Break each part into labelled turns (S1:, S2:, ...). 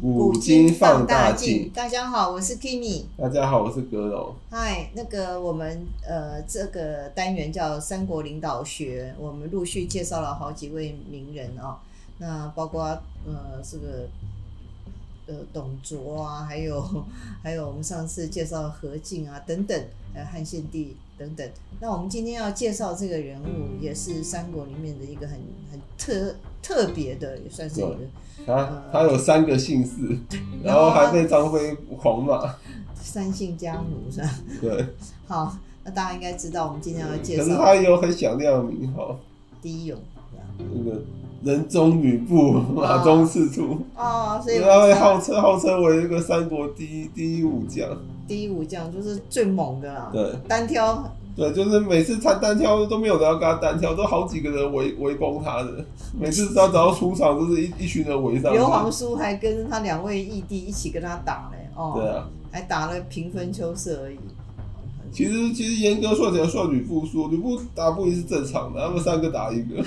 S1: 五金放大
S2: 镜。
S1: 镜。
S2: 大家好，我是 Kimi。
S1: 大家好，我是阁楼。
S2: 嗨，那个我们呃这个单元叫三国领导学，我们陆续介绍了好几位名人哦，那包括呃这个呃董卓啊，还有 还有我们上次介绍何进啊等等，呃汉献帝等等。那我们今天要介绍这个人物，也是三国里面的一个很很特特别的，也算是一个
S1: 他他有三个姓 氏，然后还被张飞狂骂。
S2: 三姓家奴是吧？
S1: 对，
S2: 好，那大家应该知道我们今天要介
S1: 可是
S2: 绍
S1: 他也有很响亮的名号，
S2: 第一勇。
S1: 那个人中吕 布，马中赤兔。
S2: 哦，所以我
S1: 他
S2: 们
S1: 会
S2: 知道
S1: 号称号称为这个三国第一第一武将。
S2: 第一武将就是最猛的啦，
S1: 对
S2: 单挑
S1: 对，就是每次他单挑都没有人要跟他单挑，都好几个人围围攻他的。每次他只要出场，就是一一群人围上
S2: 刘皇
S1: 去。
S2: 叔还跟他两位义弟一起跟他打嘞，哦，
S1: 对啊，
S2: 还打了平分秋色而已。
S1: 其实其实严格说起来，算吕布输，吕布打不赢是正常的，他们三个打一个，吕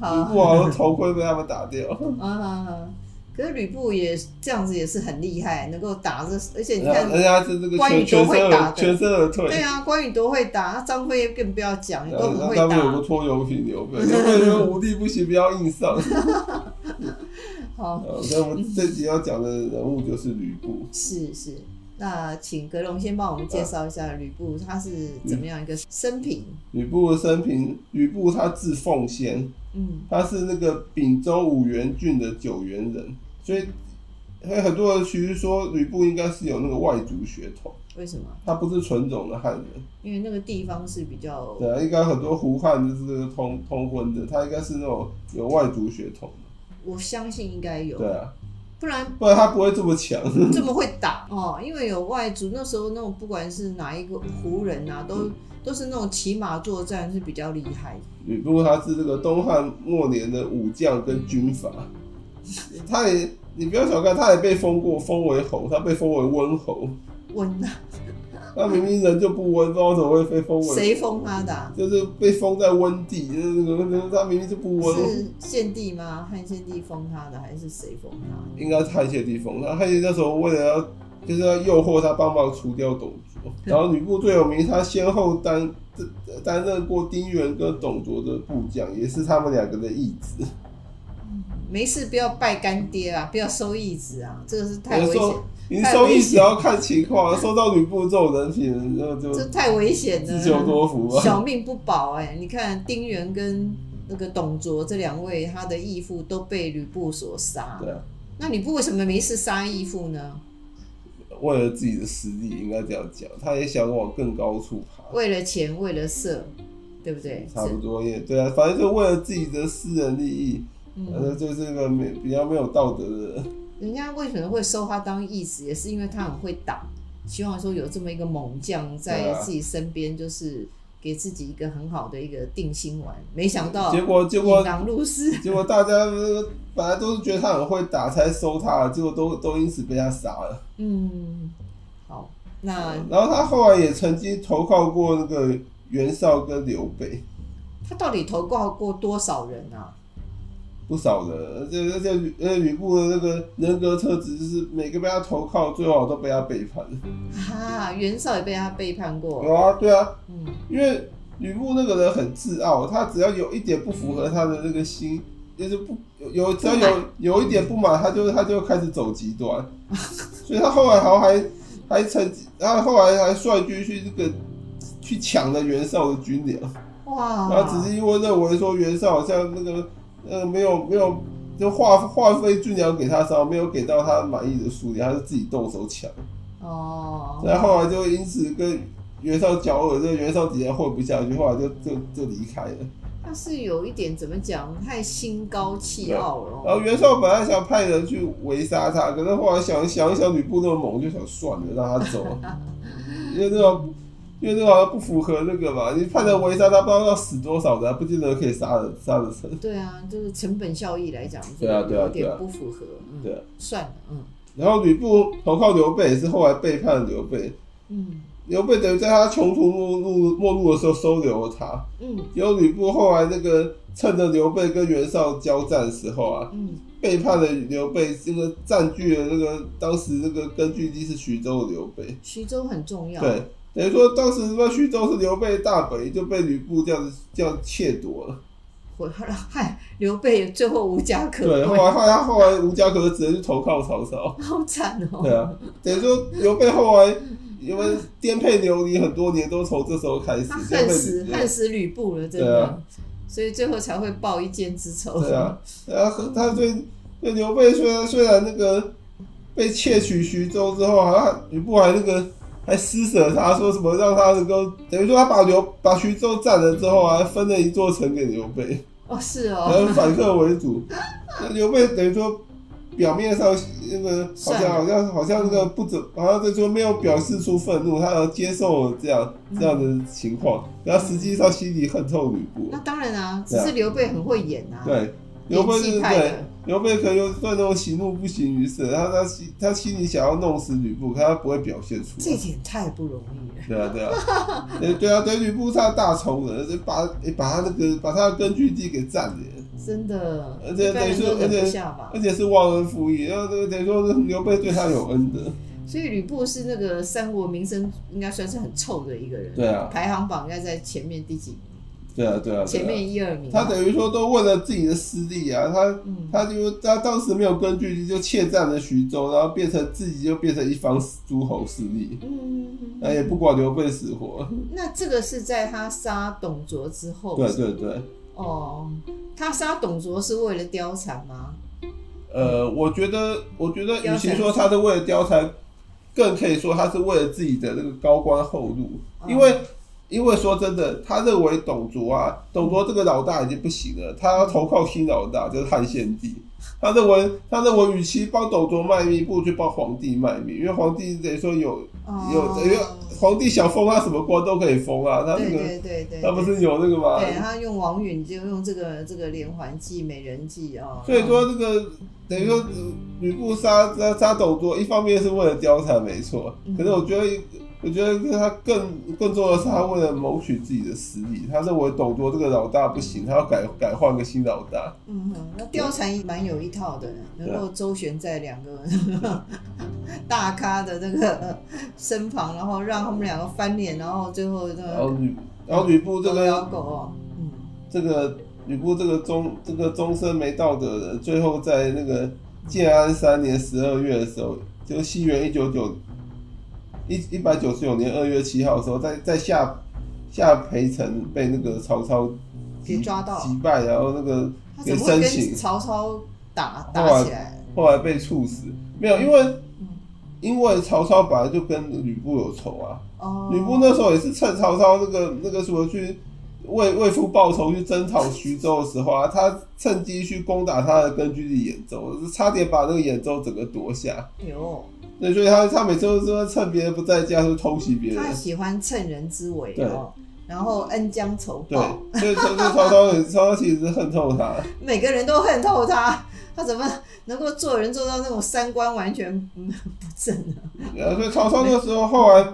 S2: 好，啊
S1: 布好像头盔被他们打掉。
S2: 嗯嗯嗯，可是吕布也这样子也是很厉害，能够打这，而且你
S1: 人家
S2: 看，
S1: 人家是这个
S2: 关羽
S1: 全全
S2: 都会
S1: 身
S2: 打
S1: 而
S2: 的
S1: 全身而退。
S2: 对啊，关羽多会打，那张飞更不要讲，
S1: 然
S2: 都
S1: 后
S2: 很会
S1: 他们有
S2: 打
S1: 个。拖油瓶刘 备，刘备说无地不行，不要硬上。
S2: 好，
S1: 呃，那我们这集要讲的人物就是吕布。
S2: 是是。那请格隆先帮我们介绍一下吕布他是怎么样一个生平？
S1: 吕布的生平，吕布他字奉先，
S2: 嗯
S1: 他是那个秉州五原郡的九原人，所以很多人其实说吕布应该是有那个外族血统，
S2: 为什么？
S1: 他不是纯种的汉人。
S2: 因为那个地方是比较
S1: 对啊，应该很多胡汉就是这个通通婚的，他应该是那种有外族血统
S2: 我相信应该
S1: 的。
S2: 有，
S1: 对啊，
S2: 不然
S1: 不然他不会这么强。
S2: 这么会打 哦。因为有外族，那时候那种不管是哪一个胡人啊，
S1: 嗯
S2: 都都是那种骑马作战是比较厉害的。
S1: 吕布他是这个东汉末年的武将跟军阀， 他也你不要小看，他也被封过，封为侯，他被封为温侯。
S2: 问
S1: 他明明人就不温，不知道怎么会被封为
S2: 谁封他的啊、
S1: 就是被封在温地，就是那个他明明就不温，
S2: 是献帝吗？汉献帝封他的，还是谁封他？
S1: 应该是汉献帝封他。汉献帝那时候为了要就是要诱惑他帮忙除掉董卓，然后吕布最有名，他先后担担任过丁原跟董卓的部将，也是他们两个的义子。
S2: 没事，不要拜干爹啊，不要收义子啊，这个是太
S1: 有
S2: 危
S1: 时候
S2: 险，
S1: 您收益只要看情况，啊收到吕布这种人品，那就
S2: 这太危险
S1: 自求
S2: 了，
S1: 多啊福吧。
S2: 小命不保哎、你看丁原跟那个董卓这两位，他的义父都被吕布所杀。
S1: 对啊，
S2: 那吕布为什么没事杀义父呢？
S1: 为了自己的实力，应该这样讲，他也想往更高处爬。
S2: 为了钱，为了色，对不对？
S1: 差不多也对啊，反正就为了自己的私人利益，反正
S2: 嗯，
S1: 就是个没比较没有道德的人。
S2: 人家为什么会收他当义子，也是因为他很会打，希望说有这么一个猛将
S1: 对
S2: 在
S1: 啊
S2: 自己身边，就是给自己一个很好的一个定心丸。没想到
S1: 结果结
S2: 引
S1: 果
S2: 狼入室，
S1: 结果大家呃本来都是觉得他很会打才收他，结果都都因此被他杀了。
S2: 嗯，好，那
S1: 然后他后来也曾经投靠过那个袁绍跟刘备。
S2: 他到底投靠过多少人啊？
S1: 不少的，而且而且吕而且吕布的那个人格特质就是每个被他投靠，最后都被他背叛。
S2: 哈、袁绍也被他背叛过，
S1: 有啊，对啊，
S2: 哦嗯，
S1: 因为吕布那个人很自傲，他只要有一点不符合他的那个心，就是不有有只要有有一点不满，他就他就开始走极端， 所以他后来好像还还曾经，他后来还率军去这个去抢了袁绍的军粮。
S2: 哇，
S1: 然后只是因为认为说袁绍好像那个呃没有没有就划划费军粮给他烧，没有给到他满意的数量，他就自己动手抢。
S2: 哦，
S1: 然后后来就因此跟袁绍交恶，就袁绍底下混不下去，后来就就就离开了。
S2: 他是有一点怎么讲，太心高气傲了、
S1: 然后
S2: 哦。
S1: 袁绍本来想派人去围杀他，可是后来想想一想吕布那么猛，就想算了让他走，因为那种。因为那个好像不符合那个嘛，你派人围杀他，不知道要死多少人，不见得可以杀得杀得成。
S2: 对啊，就是成本效益来讲，
S1: 对啊对啊
S2: 有
S1: 对啊
S2: 点不符合。嗯
S1: 对啊
S2: 算了，嗯
S1: 然后吕布投靠刘备，也是后来背叛了刘备。
S2: 嗯
S1: 刘备等于在他穷途末路末路的时候收留了他。
S2: 嗯
S1: 结果吕布后来那个趁着刘备跟袁绍交战的时候啊，
S2: 嗯，
S1: 背叛了刘备，这个占据了那个当时那个根据地是徐州的刘备。
S2: 徐州很重要，
S1: 对，等于说当时他妈徐州是刘备的大本营，就被吕布这样子这样窃夺了。
S2: 毁了，害刘备最后无家可
S1: 对，后
S2: 归，
S1: 来后来他后来无家可归，只能去投靠曹操。啊
S2: 好惨哦、
S1: 对啊，等于说刘备后来因为颠沛流离很多年，都从这时候开始。
S2: 他
S1: 颠
S2: 恨
S1: 沛
S2: 死
S1: 流离
S2: 恨死吕布了，
S1: 对
S2: 真的，
S1: 啊
S2: 所以最后才会报一箭之 仇。
S1: 对啊， 然后他对对刘备虽然虽然那个被窃取徐州之后，好像吕布还那个还施舍他，说什么让他能够等于说他把刘把徐州占了之后啊，还分了一座城给刘备，
S2: 哦，是
S1: 然后
S2: 哦，
S1: 反客为主。那刘备等于说。表面上那个好
S2: 算
S1: 像
S2: 了
S1: 好像好像那个不怎，好像这说没有表示出愤怒，他要接受这样这样的情况，然后实际上心里恨透吕布。
S2: 那当然啊，只
S1: 对啊
S2: 是刘备很会演啊，
S1: 对，刘备
S2: 演技
S1: 是
S2: 派
S1: 对
S2: 的
S1: 刘备可能又算那种喜怒不形于色，他他心他心里想要弄死吕布，可他不会表现出
S2: 这
S1: 来。
S2: 点太不容易了。
S1: 对啊，对啊，对对啊，对吕布是他的大仇人，就把诶把他那个把他的根据地给占了，
S2: 真的，
S1: 而且
S2: 一般人都忍不下吧
S1: 而。且是忘恩负义，然后那个等于说刘备对他有恩的，
S2: 所以吕布是那个三国名声应该算是很臭的一个人，
S1: 对啊，
S2: 排行榜应该在前面第几名？
S1: 对啊，对啊，对啊
S2: 前面一二名。
S1: 他等于说都为了自己的私利啊，他
S2: 嗯，
S1: 他就他当时没有根据地就窃占了徐州，然后变成自己就变成一方诸侯势力。
S2: 嗯，
S1: 那也不管刘备死活。
S2: 那这个是在他杀董卓之后。
S1: 对对对，
S2: 哦，他杀董卓是为了貂蝉吗？
S1: 呃，我觉得，我觉得，
S2: 貂蝉
S1: 与其说他是为了貂蝉，更可以说他是为了自己的那个高官厚禄，
S2: 嗯
S1: 因为。因为说真的，他认为董卓啊，董卓这个老大已经不行了，他要投靠新老大，就是汉献帝。他认为，他认为，与其帮董卓卖命，不如去帮皇帝卖命，因为皇帝等于说有有，
S2: 哦
S1: 等于皇帝想封他什么官都可以封啊，他那
S2: 对
S1: 个
S2: 对对对，
S1: 他不是有那个吗？
S2: 对他用王允就用这个这个连环计、美人计哦。
S1: 所以说这个等于说呃吕布杀杀杀董卓，一方面是为了貂蝉没错，可是我觉得。我觉得他更更重要的是，他为了谋取自己的私利，他认为董卓这个老大不行，他要改改换个新老大。
S2: 嗯哼，那貂蝉也蛮有一套的，能
S1: 对啊
S2: 够周旋在两个 大咖的那个 身旁，然后让他们两个翻脸，然后最后那
S1: 然后
S2: 个
S1: 吕，然后吕布这
S2: 狗咬
S1: 个
S2: 狗哦，嗯，
S1: 这个吕布这个终这个终身没道德的人，最后在那个建安三年十二月的时候，就西元一九九一一百九十九年二月七号的时候，在在下下邳城被那个曹操
S2: 给抓到
S1: 击败，然后那个
S2: 他
S1: 给
S2: 怎么会
S1: 申请
S2: 跟，曹操打
S1: 后
S2: 打
S1: 来
S2: 起来？
S1: 后来被处死。没有，因为
S2: 嗯
S1: 因为曹操本来就跟吕布有仇啊，
S2: 哦，
S1: 吕布那时候也是趁曹操那个那个什么去为为父报仇去征讨徐州的时候啊，他趁机去攻打他的根据地兖州，差点把那个兖州整个夺下。
S2: 有，
S1: 对，所以他他每次都是趁别人不在家就偷袭别人
S2: 他。喜欢趁人之危哦，然后恩将仇
S1: 对
S2: 报，，
S1: 所以所以曹操也曹操其实恨透他。
S2: 每个人都恨透他，他怎么能够做人做到那种三观完全嗯不正呢？
S1: 呃，所以曹操那时候后来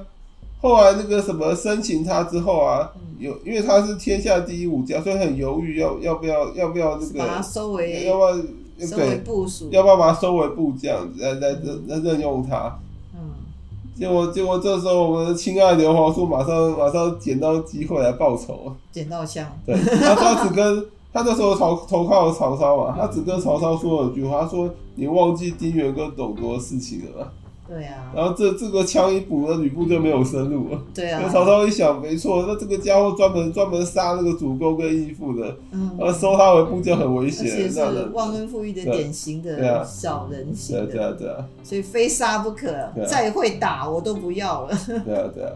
S1: 后来那个什么申请他之后啊，
S2: 嗯
S1: 有因为他是天下第一武将，所以很犹豫要要不要要不要那个
S2: 把他收
S1: 要
S2: 为
S1: 不要
S2: 收
S1: 对
S2: 为部属，
S1: 要不要把他收为部将，来来来任用他？
S2: 嗯。
S1: 结果结果这时候我们的亲爱刘皇叔马上马上捡到机会来报仇，
S2: 捡到枪，
S1: 对， 他他只跟他那时候投投靠曹操嘛，他只跟曹操说了一句话，他说你忘记丁原跟董卓的事情了吗？
S2: 对啊，
S1: 然后这这个枪一补，那吕布就没有生路了。
S2: 对
S1: 那
S2: 啊，
S1: 曹操一想，没错，那这个家伙专门专门杀那个主公跟义父的，
S2: 嗯，
S1: 然后收他为部将很危
S2: 而且
S1: 险，这样
S2: 是
S1: 的。
S2: 忘恩负义的典型
S1: 对啊
S2: 的小人
S1: 对啊
S2: 型
S1: 对
S2: 的，
S1: 啊对啊
S2: 所以非杀不可，
S1: 对啊
S2: 再会打我都不要了。
S1: 对啊对啊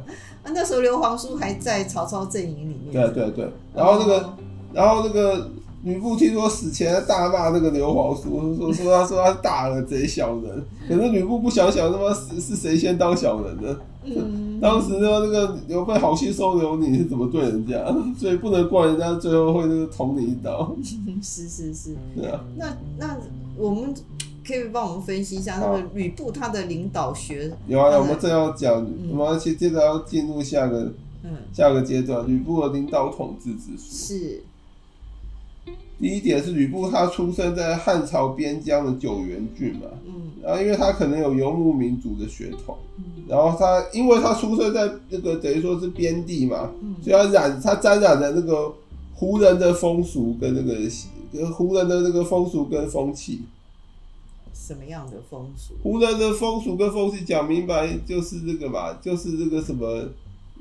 S2: 啊，那时候刘皇叔还在曹操阵营里面，
S1: 对啊对啊对啊。然后那个
S2: 哦
S1: 然后那个吕布听说死前大骂那个刘皇叔， 说说他说他是大耳贼小人，可是吕布不想想他妈是是谁先当小人呢？
S2: 嗯，
S1: 当时呢那个刘备好心收留你是怎么对人家， 所以不能怪人家最后会那个捅你一刀，
S2: 是是是，
S1: 对啊，
S2: 那那我们可以帮我们分析一下那个吕布他的领导学，
S1: 有啊，我们正要讲，我们要接接着要进入下个
S2: 嗯，
S1: 下个阶段，吕布的领导统治之术。
S2: 是
S1: 第一点是吕布他出生在汉朝边疆的九原郡嘛，
S2: 嗯
S1: 然后因为他可能有游牧民族的血统，
S2: 嗯
S1: 然后他因为他出生在那个等于说是边地嘛，
S2: 嗯
S1: 所以他染他沾染了那个胡人的风俗跟那个跟胡人的那个风俗跟风气，
S2: 什么样的风俗？
S1: 胡人的风俗跟风气讲明白就是这个嘛，就是这个什么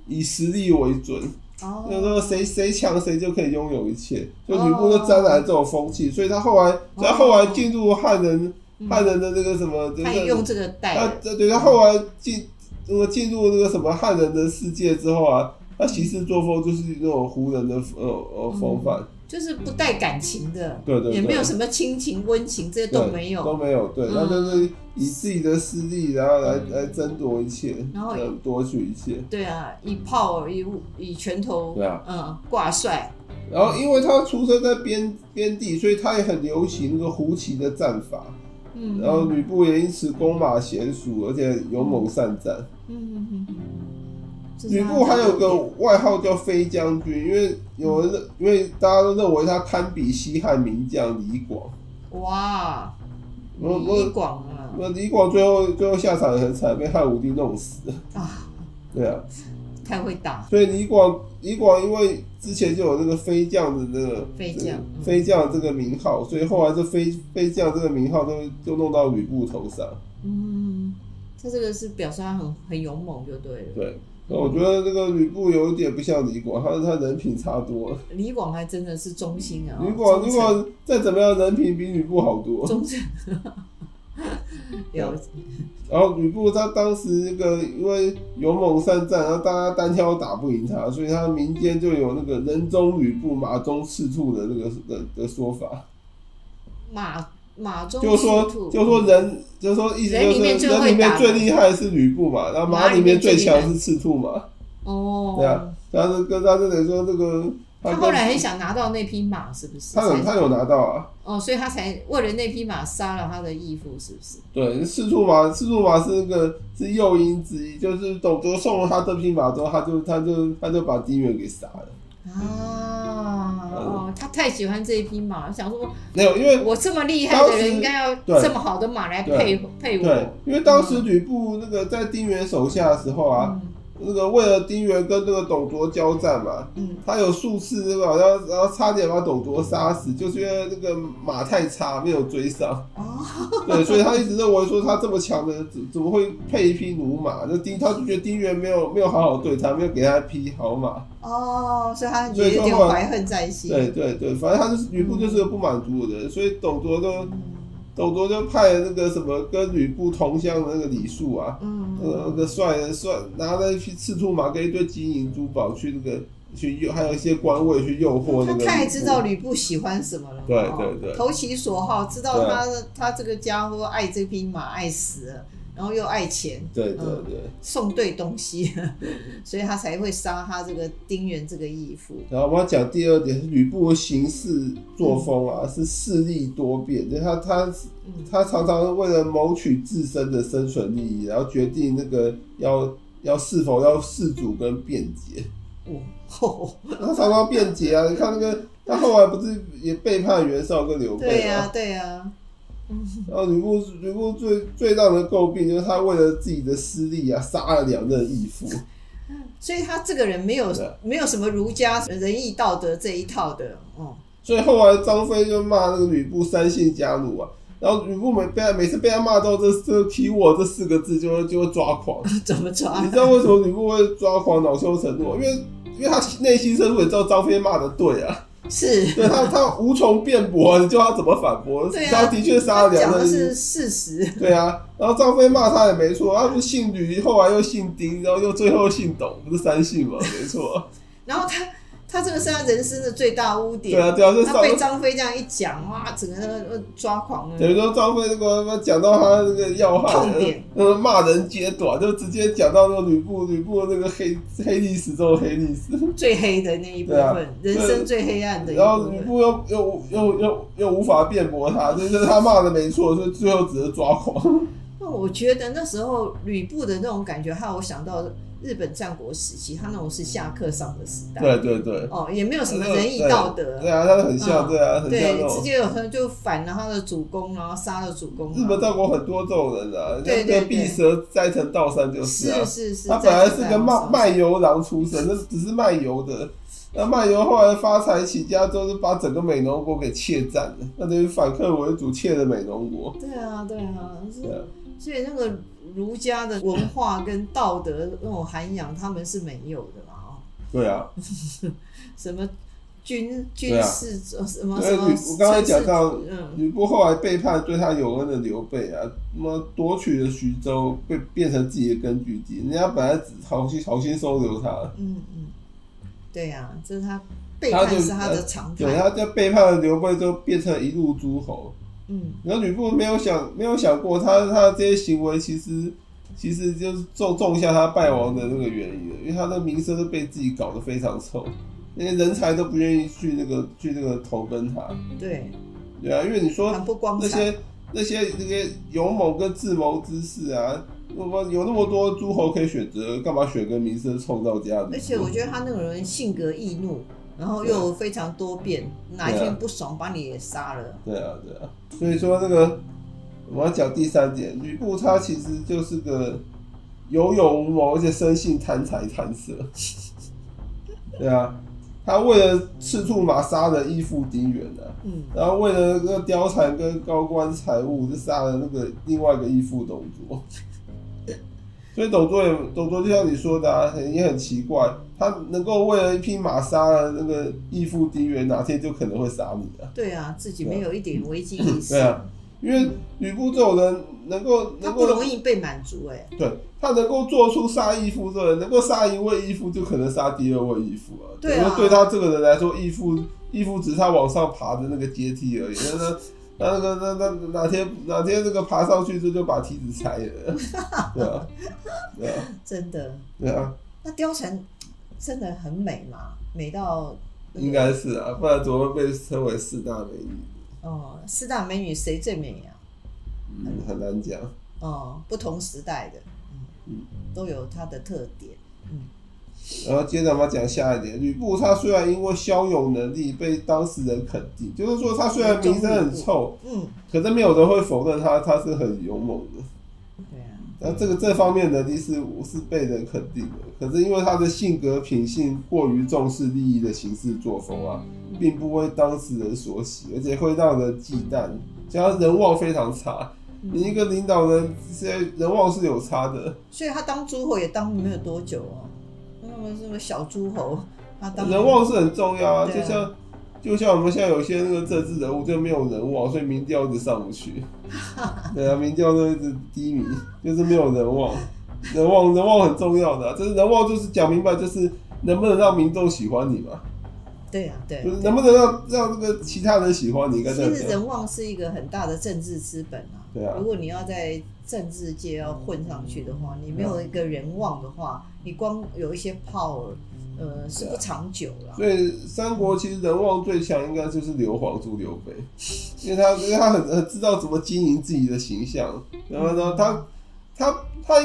S1: 以实力为准，
S2: 哦，
S1: 就是说谁谁强谁就可以拥有一切，就吕布就沾染了这种风气，所以他后来，所以他后来进入汉人
S2: 嗯
S1: 汉人的那个什么，就
S2: 他也用
S1: 是
S2: 这个带
S1: 他
S2: 了，
S1: 啊对对他后来进那个进入那个什么汉人的世界之后啊，他行事作风就是那种胡人的呃呃风范，
S2: 就是不带感情的，
S1: 对对对
S2: 也没有什么亲情、温情，这些都
S1: 对
S2: 没
S1: 都
S2: 有。
S1: 没有对，
S2: 嗯
S1: 他就是以自己的实力然后来来争夺一切，
S2: 然后
S1: 呃夺取一切。
S2: 对啊，以炮以以拳头，
S1: 对啊
S2: 嗯，挂帅，
S1: 然后，因为他出生在边边地，所以他也很流行那个胡骑的战法。
S2: 嗯，
S1: 然后吕布也因此弓马娴熟，而且勇猛善战。
S2: 嗯嗯嗯嗯，
S1: 吕布还有个外号叫飞将军，因为有人认因为大家都认为他堪比西汉名将李广。
S2: 哇，
S1: 我我
S2: 李广啊
S1: 那李广最后最后下场也很惨，被汉武帝弄死。
S2: 啊，
S1: 对啊，
S2: 太会打，
S1: 所以李广李广因为之前就有那个飞将的那个
S2: 飞将嗯
S1: 这个飞将这个名号，所以后来这飞飞将这个名号都就弄到吕布头上。
S2: 嗯，他这个是表示他很很勇猛就对了。
S1: 对，那我觉得这个吕布有一点不像李广，他他人品差多了。
S2: 李广还真的是忠心啊，
S1: 如果
S2: 哦忠
S1: 如
S2: 诚
S1: 果再怎么样，人品比吕布好多。
S2: 忠诚， 了解，
S1: 然后吕布他当时那个因为勇猛善战，然啊后大家单挑打不赢他，所以他民间就有那个人中吕布，马中赤兔的那个的的说法，
S2: 马马中
S1: 就说
S2: 赤兔
S1: 就说人就说意思
S2: 人里面
S1: 就是
S2: 最会
S1: 人里面
S2: 打
S1: 最厉害的是吕布嘛，然后
S2: 马
S1: 马
S2: 里
S1: 里
S2: 面
S1: 面
S2: 最
S1: 最
S2: 厉害
S1: 强是赤兔嘛，
S2: 哦，
S1: 对啊然后跟他就等于说这个
S2: 他
S1: 跟
S2: 后来很想拿到那匹马，是不是？
S1: 他有
S2: 才
S1: 他有拿到啊，
S2: 哦，所以他才为了那匹马杀了他的义父，是不是？
S1: 对，赤兔马，赤兔马是那个是诱因之一，就是董卓送了他这匹马之后，他就他就他就把狄元给杀了。嗯
S2: 啊，
S1: 呃
S2: 哦，他太喜欢这一匹马，想说
S1: 没有，因为
S2: 我这么厉害的
S1: 当时
S2: 人，应该要
S1: 对
S2: 这么好的马来配配
S1: 对
S2: 我。，
S1: 因为当时吕布那个在丁原手下的时候啊，
S2: 嗯
S1: 那个为了丁原跟那个董卓交战嘛，
S2: 嗯，
S1: 他有数次那个好像然后差点把董卓杀死，就是因为那个马太差没有追 上。
S2: 哦，
S1: 对，所以他一直认为说他这么强的怎怎么会配一匹驽马？那丁他就觉得丁原没有没有好好对他，没有给他一匹好马。
S2: 哦，所以他
S1: 所以
S2: 也
S1: 说
S2: 有点
S1: 后来
S2: 怀恨在心。
S1: 对对对，反正他就是吕布就是个不满足的人，所以董卓就董卓就派了那个什么跟吕布同乡的那个李肃啊，
S2: 嗯，
S1: 那个那个帅的帅拿着一匹赤兔马跟一堆金银珠宝去那个去诱，还有一些官位去诱惑那
S2: 他
S1: 个。
S2: 太知道。吕布喜欢什么了，
S1: 对
S2: 哦
S1: 对对
S2: 投其所好，知道
S1: 对啊
S2: 他他这个家伙爱这匹马爱死了，然后又爱钱，
S1: 对对
S2: 嗯
S1: 对，
S2: 送对东西，
S1: 嗯
S2: 所以他才会杀他这个丁原这个义父。
S1: 然后我们要讲第二点，吕布的行事作风啊是势利多变，就他他
S2: 嗯
S1: 他常常为了谋取自身的生存利益，然后决定那个要要是否要事主跟辩解。
S2: 哦吼，
S1: 他常常辩解啊，你看那个他后来不是也背叛袁绍跟刘
S2: 对啊
S1: 备
S2: 呀
S1: 吗？
S2: 对呀，
S1: 然后吕布吕布最最让人诟病就是他为了自己的私利啊，杀了两任义父。
S2: 所以他这个人没有
S1: 对啊
S2: 没有什么儒家仁义道德这一套的，哦，
S1: 所以后来张飞就骂那个吕布三姓家奴啊，然后吕布每被他每次被他骂到这这 key word 这四个字就会就会抓狂。
S2: 怎么抓
S1: 你？知道为什么吕布会抓狂恼羞成怒？因为因为他内心深处也知道张飞骂的对啊，
S2: 是
S1: 对他他无从辩驳，你叫他怎么反驳？
S2: 对啊
S1: 他的确杀
S2: 他
S1: 了两
S2: 讲的
S1: 任义父
S2: 是事实，
S1: 对啊，然后张飞骂他也没错，他不姓吕，后来又姓丁，然后又最后姓董，不是三姓吗？没 错。
S2: 然后他他这个是他人生的最大污点
S1: 对。啊，对啊，就
S2: 他被
S1: 上
S2: 张飞这样一讲，哇，整个那个呃抓狂
S1: 等于
S2: 了。
S1: 说张飞那个他妈讲到他那个要害
S2: 痛点，
S1: 呃，骂人揭短，就直接讲到那个吕布，吕布那个黑黑历史中的黑历史。
S2: 最黑的那一部分，
S1: 对啊
S2: 人生最黑暗的一
S1: 然后
S2: 部
S1: 吕
S2: 分。
S1: 布又又又又又无法辩驳他，就是他骂的没错，所以最后只是抓狂。
S2: 那我觉得那时候吕布的那种感觉，害我想到日本战国时期，他那种是下课上的时代，
S1: 对 对对，
S2: 哦，也没有什么仁义道德，
S1: 对啊，他很像，
S2: 嗯
S1: 对啊，很像
S2: 对
S1: 那，
S2: 直
S1: 种
S2: 接有人就反了他的主公，然后杀了主公啊，
S1: 日本战国很多这种人啊，
S2: 对
S1: 那
S2: 对
S1: 个
S2: 对
S1: 碧蛇斋藤道三就是啊
S2: 是，是是，
S1: 他本来是
S2: 在
S1: 个卖
S2: 在网上
S1: 卖油郎出身，那只是卖油的。那卖油后来发财起家之后，就把整个美浓国给窃占了，那等于反客为主，窃了美浓国。
S2: 对啊，对啊，是
S1: 对啊
S2: 所以那个儒家的文化跟道德那种涵养，他们是没有的啦哦。
S1: 对啊，
S2: 什么军军
S1: 对啊
S2: 事什么
S1: 所以
S2: 什么
S1: 吕，我刚才讲到
S2: 城市嗯，
S1: 吕布后来背叛对他有恩的刘备啊，那么夺取了徐州，被变成自己的根据地。人家本来只好心好心收留他，
S2: 嗯嗯，对呀、这是他背
S1: 他
S2: 叛
S1: 就是
S2: 他的常
S1: 对，
S2: 态，
S1: 他在背叛了刘备之后，变成一路诸侯。
S2: 嗯，
S1: 然后吕布没有想没有想过他他这些行为其实其实就是种种下他败亡的那个原因了，因为他的名声都被自己搞得非常臭，那些人才都不愿意去那个去那个投奔他，
S2: 对，
S1: 对啊，因为你说
S2: 很不光
S1: 那
S2: 彩，
S1: 些那些那些勇猛跟智谋之士啊，那么有那么多诸侯可以选择，干嘛选个名声臭到家的？
S2: 而且我觉得他那个人性格易怒，然后又非常多变，哪一
S1: 对啊
S2: 天不爽把你也杀了，
S1: 对啊，对啊。所以说这个，我要讲第三点，吕布他其实就是个有勇无谋，而且生性贪财贪色。 对啊，他为了赤兔马杀人义父丁原啊，
S2: 嗯，
S1: 然后为了那个貂蝉跟高官财物，就杀了那个另外一个义父董卓。 所以董卓也董卓就像你说的、啊，很也很奇怪，他能够为了一匹马杀了那个义父丁原，哪天就可能会杀你啊。
S2: 对啊，自己没有一点危机意识
S1: 对，啊，因为吕布这种人能够
S2: 他
S1: 能
S2: 不
S1: 够
S2: 容易被满足哎、
S1: 对他能够做出杀义父这种人，能够杀一位义父，就可能杀第二位义父啊。
S2: 对
S1: 因
S2: 啊
S1: 为对他这个人来说，义父义父只是他往上爬的那个阶梯 而已。那那那那个那那那哪天哪天那个爬上去之后就把梯子拆 了，对啊，对啊，
S2: 真的。
S1: 对啊，
S2: 那貂蝉真的很美嘛，美到
S1: 应该是啊，不然怎么会被称为四大美女？
S2: 哦，四大美女谁最美呀、
S1: 嗯，很难讲。
S2: 哦，不同时代的，嗯
S1: 嗯，
S2: 都有它的特点。
S1: 然后接着我们要讲下一点，吕布他虽然因为骁勇能力被当事人肯定，就是说他虽然名声很臭，
S2: 嗯，
S1: 可是没有人会否认他他是很勇猛的。
S2: 对啊，
S1: 那这个这方面能力是是被人肯定的，可是因为他的性格品性过于重视利益的行事作风啊，并不为当事人所喜，而且会让人忌惮，加上人望非常差。你一个领导人，现在人望是有差的，
S2: 所以他当诸侯也当没有多久哦，那么什么小诸侯，他当
S1: 人望是很重要啊，
S2: 对
S1: 就
S2: 啊
S1: 像就像我们现在有些那个政治人物就没有人望，所以民调一直上不 去。对啊，民调都一直低迷，就是没有人望。人望人望很重要的、啊，就是人望就是讲明白，就是能不能让民众喜欢你嘛，
S2: 对啊，对啊
S1: 就是能不能让让那个其他人喜欢你，应该这样
S2: 其实
S1: 讲。
S2: 人望是一个很大的政治资本啊。
S1: 对啊
S2: 如果你要在政治界要混上去的话，你没有一个人望的话，
S1: 啊
S2: 你光有一些 power，呃，是不长久了。
S1: 所以三国其实人望最强应该就是刘皇叔刘备，因为他因为他很很知道怎么经营自己的形象，然后呢，他他他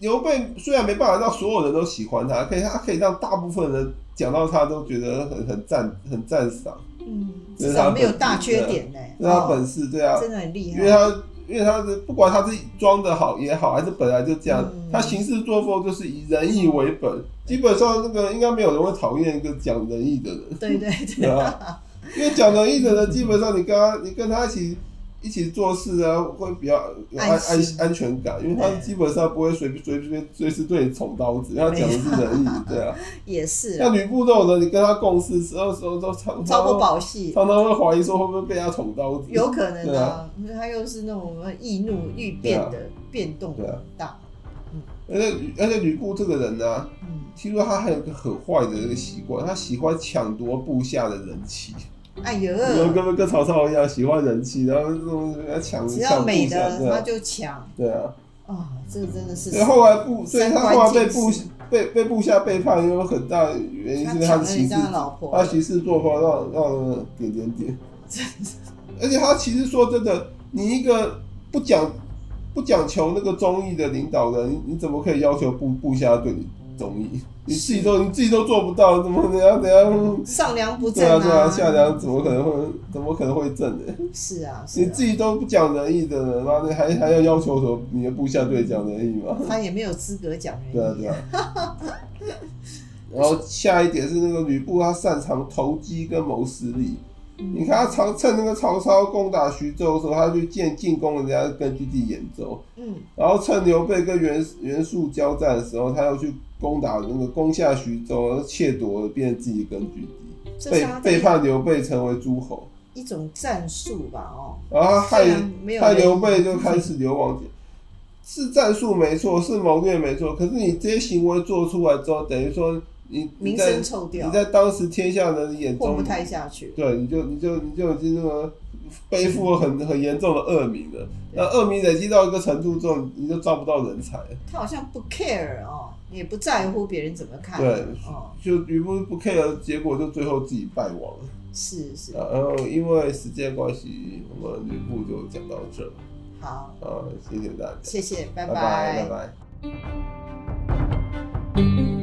S1: 刘备虽然没办法让所有人都喜欢他，可以他可以让大部分人讲到他都觉得很很赞很赞赏，
S2: 嗯，
S1: 这
S2: 至
S1: 是他
S2: 少
S1: 的
S2: 没有大缺点呢、
S1: 这是他
S2: 哦
S1: 本事，对啊，
S2: 真的很厉
S1: 因
S2: 害。
S1: 为他。因为他是不管他是装的好也好，还是本来就这样，
S2: 嗯
S1: 他行事作风就是以仁义为本。基本上那个应该没有人会讨厌一个讲仁义的人。
S2: 对对对，
S1: 对 啊，因为讲仁义的人，基本上你跟他，你跟他一起一起做事啊，会比较有安安
S2: 安心
S1: 安全感，因为他
S2: 对
S1: 基本上不会随便随便随时对你捅刀子，他讲的是仁义， 对啊。
S2: 也是啊
S1: 像吕布这种人，你跟他共事时候时候都常
S2: 超过
S1: 常
S2: 宝戏，
S1: 常常会怀疑说会不会被他捅刀子，
S2: 有可能
S1: 对啊
S2: 啊，因为他又是那种易怒、易变的、变动
S1: 对啊
S2: 很大。
S1: 而且吕而且吕布这个人呢、啊，
S2: 嗯，
S1: 听说他还有一个很坏的那个习惯，他喜欢抢夺部下的人气，
S2: 哎呦，
S1: 然后跟跟曹操一样喜欢人气，然后这种要抢
S2: 只
S1: 抢
S2: 要
S1: 部
S2: 美
S1: 下，
S2: 的
S1: 对
S2: 他
S1: 啊，
S2: 就抢
S1: 对啊。
S2: 啊，这个真的是
S1: 所以后来部，所以
S2: 三
S1: 他
S2: 观
S1: 后来被
S2: 尽
S1: 部
S2: 失
S1: 被被部下背叛，有很大的原因是因为
S2: 他
S1: 的
S2: 抢了
S1: 行事
S2: 人家的老，婆
S1: 他行事作风让让人点点点。而且他其实说真的，你一个不讲不讲求那个忠义的领导人，你你怎么可以要求部部下对你综艺，你自己都你自己都做不到，怎么怎样怎样？
S2: 上梁不
S1: 对
S2: 正
S1: 啊对啊，下梁怎么可能会怎么可能会正呢？
S2: 是啊，是
S1: 你
S2: 啊
S1: 自己都不讲仁义的人，妈的还还要要求什么你的部下对讲仁义吗？
S2: 他也没有资格讲人
S1: 对啊
S2: 家。
S1: 对 啊。然后下一点是那个吕布，他擅长投机跟谋私利。
S2: 嗯
S1: 你看他常趁那个曹操攻打徐州的时候，他去建进攻人家的根据地兖州，
S2: 嗯
S1: 然后趁刘备跟袁袁术交战的时候，他又去攻打那个攻下徐州，然后窃夺了变成自己的根据地，
S2: 这
S1: 背
S2: 是他的
S1: 背叛刘备成为诸侯，
S2: 一种战术吧，哦，
S1: 然后他害
S2: 虽然没有
S1: 害
S2: 人
S1: 刘备就开始流亡。是战术没错，是谋略没错，可是你这些行为做出来之后，等于说你你
S2: 名
S1: 在
S2: 声臭掉
S1: 你，在当时天下人眼
S2: 混
S1: 中，
S2: 不太下去。
S1: 对，你就你就你就已经那个背负了很很严重的恶名了。那恶名累积到一个程度之后，你就招不到人才了。
S2: 他好像不 care 哦，也不在乎别人怎么看。
S1: 对
S2: 哦，
S1: 就吕布不 care，结果就最后自己败亡了。
S2: 是是，
S1: 啊然后因为时间关系，我们吕布就讲到这儿
S2: 好，
S1: 啊，谢谢大家，
S2: 谢谢，
S1: 拜拜拜拜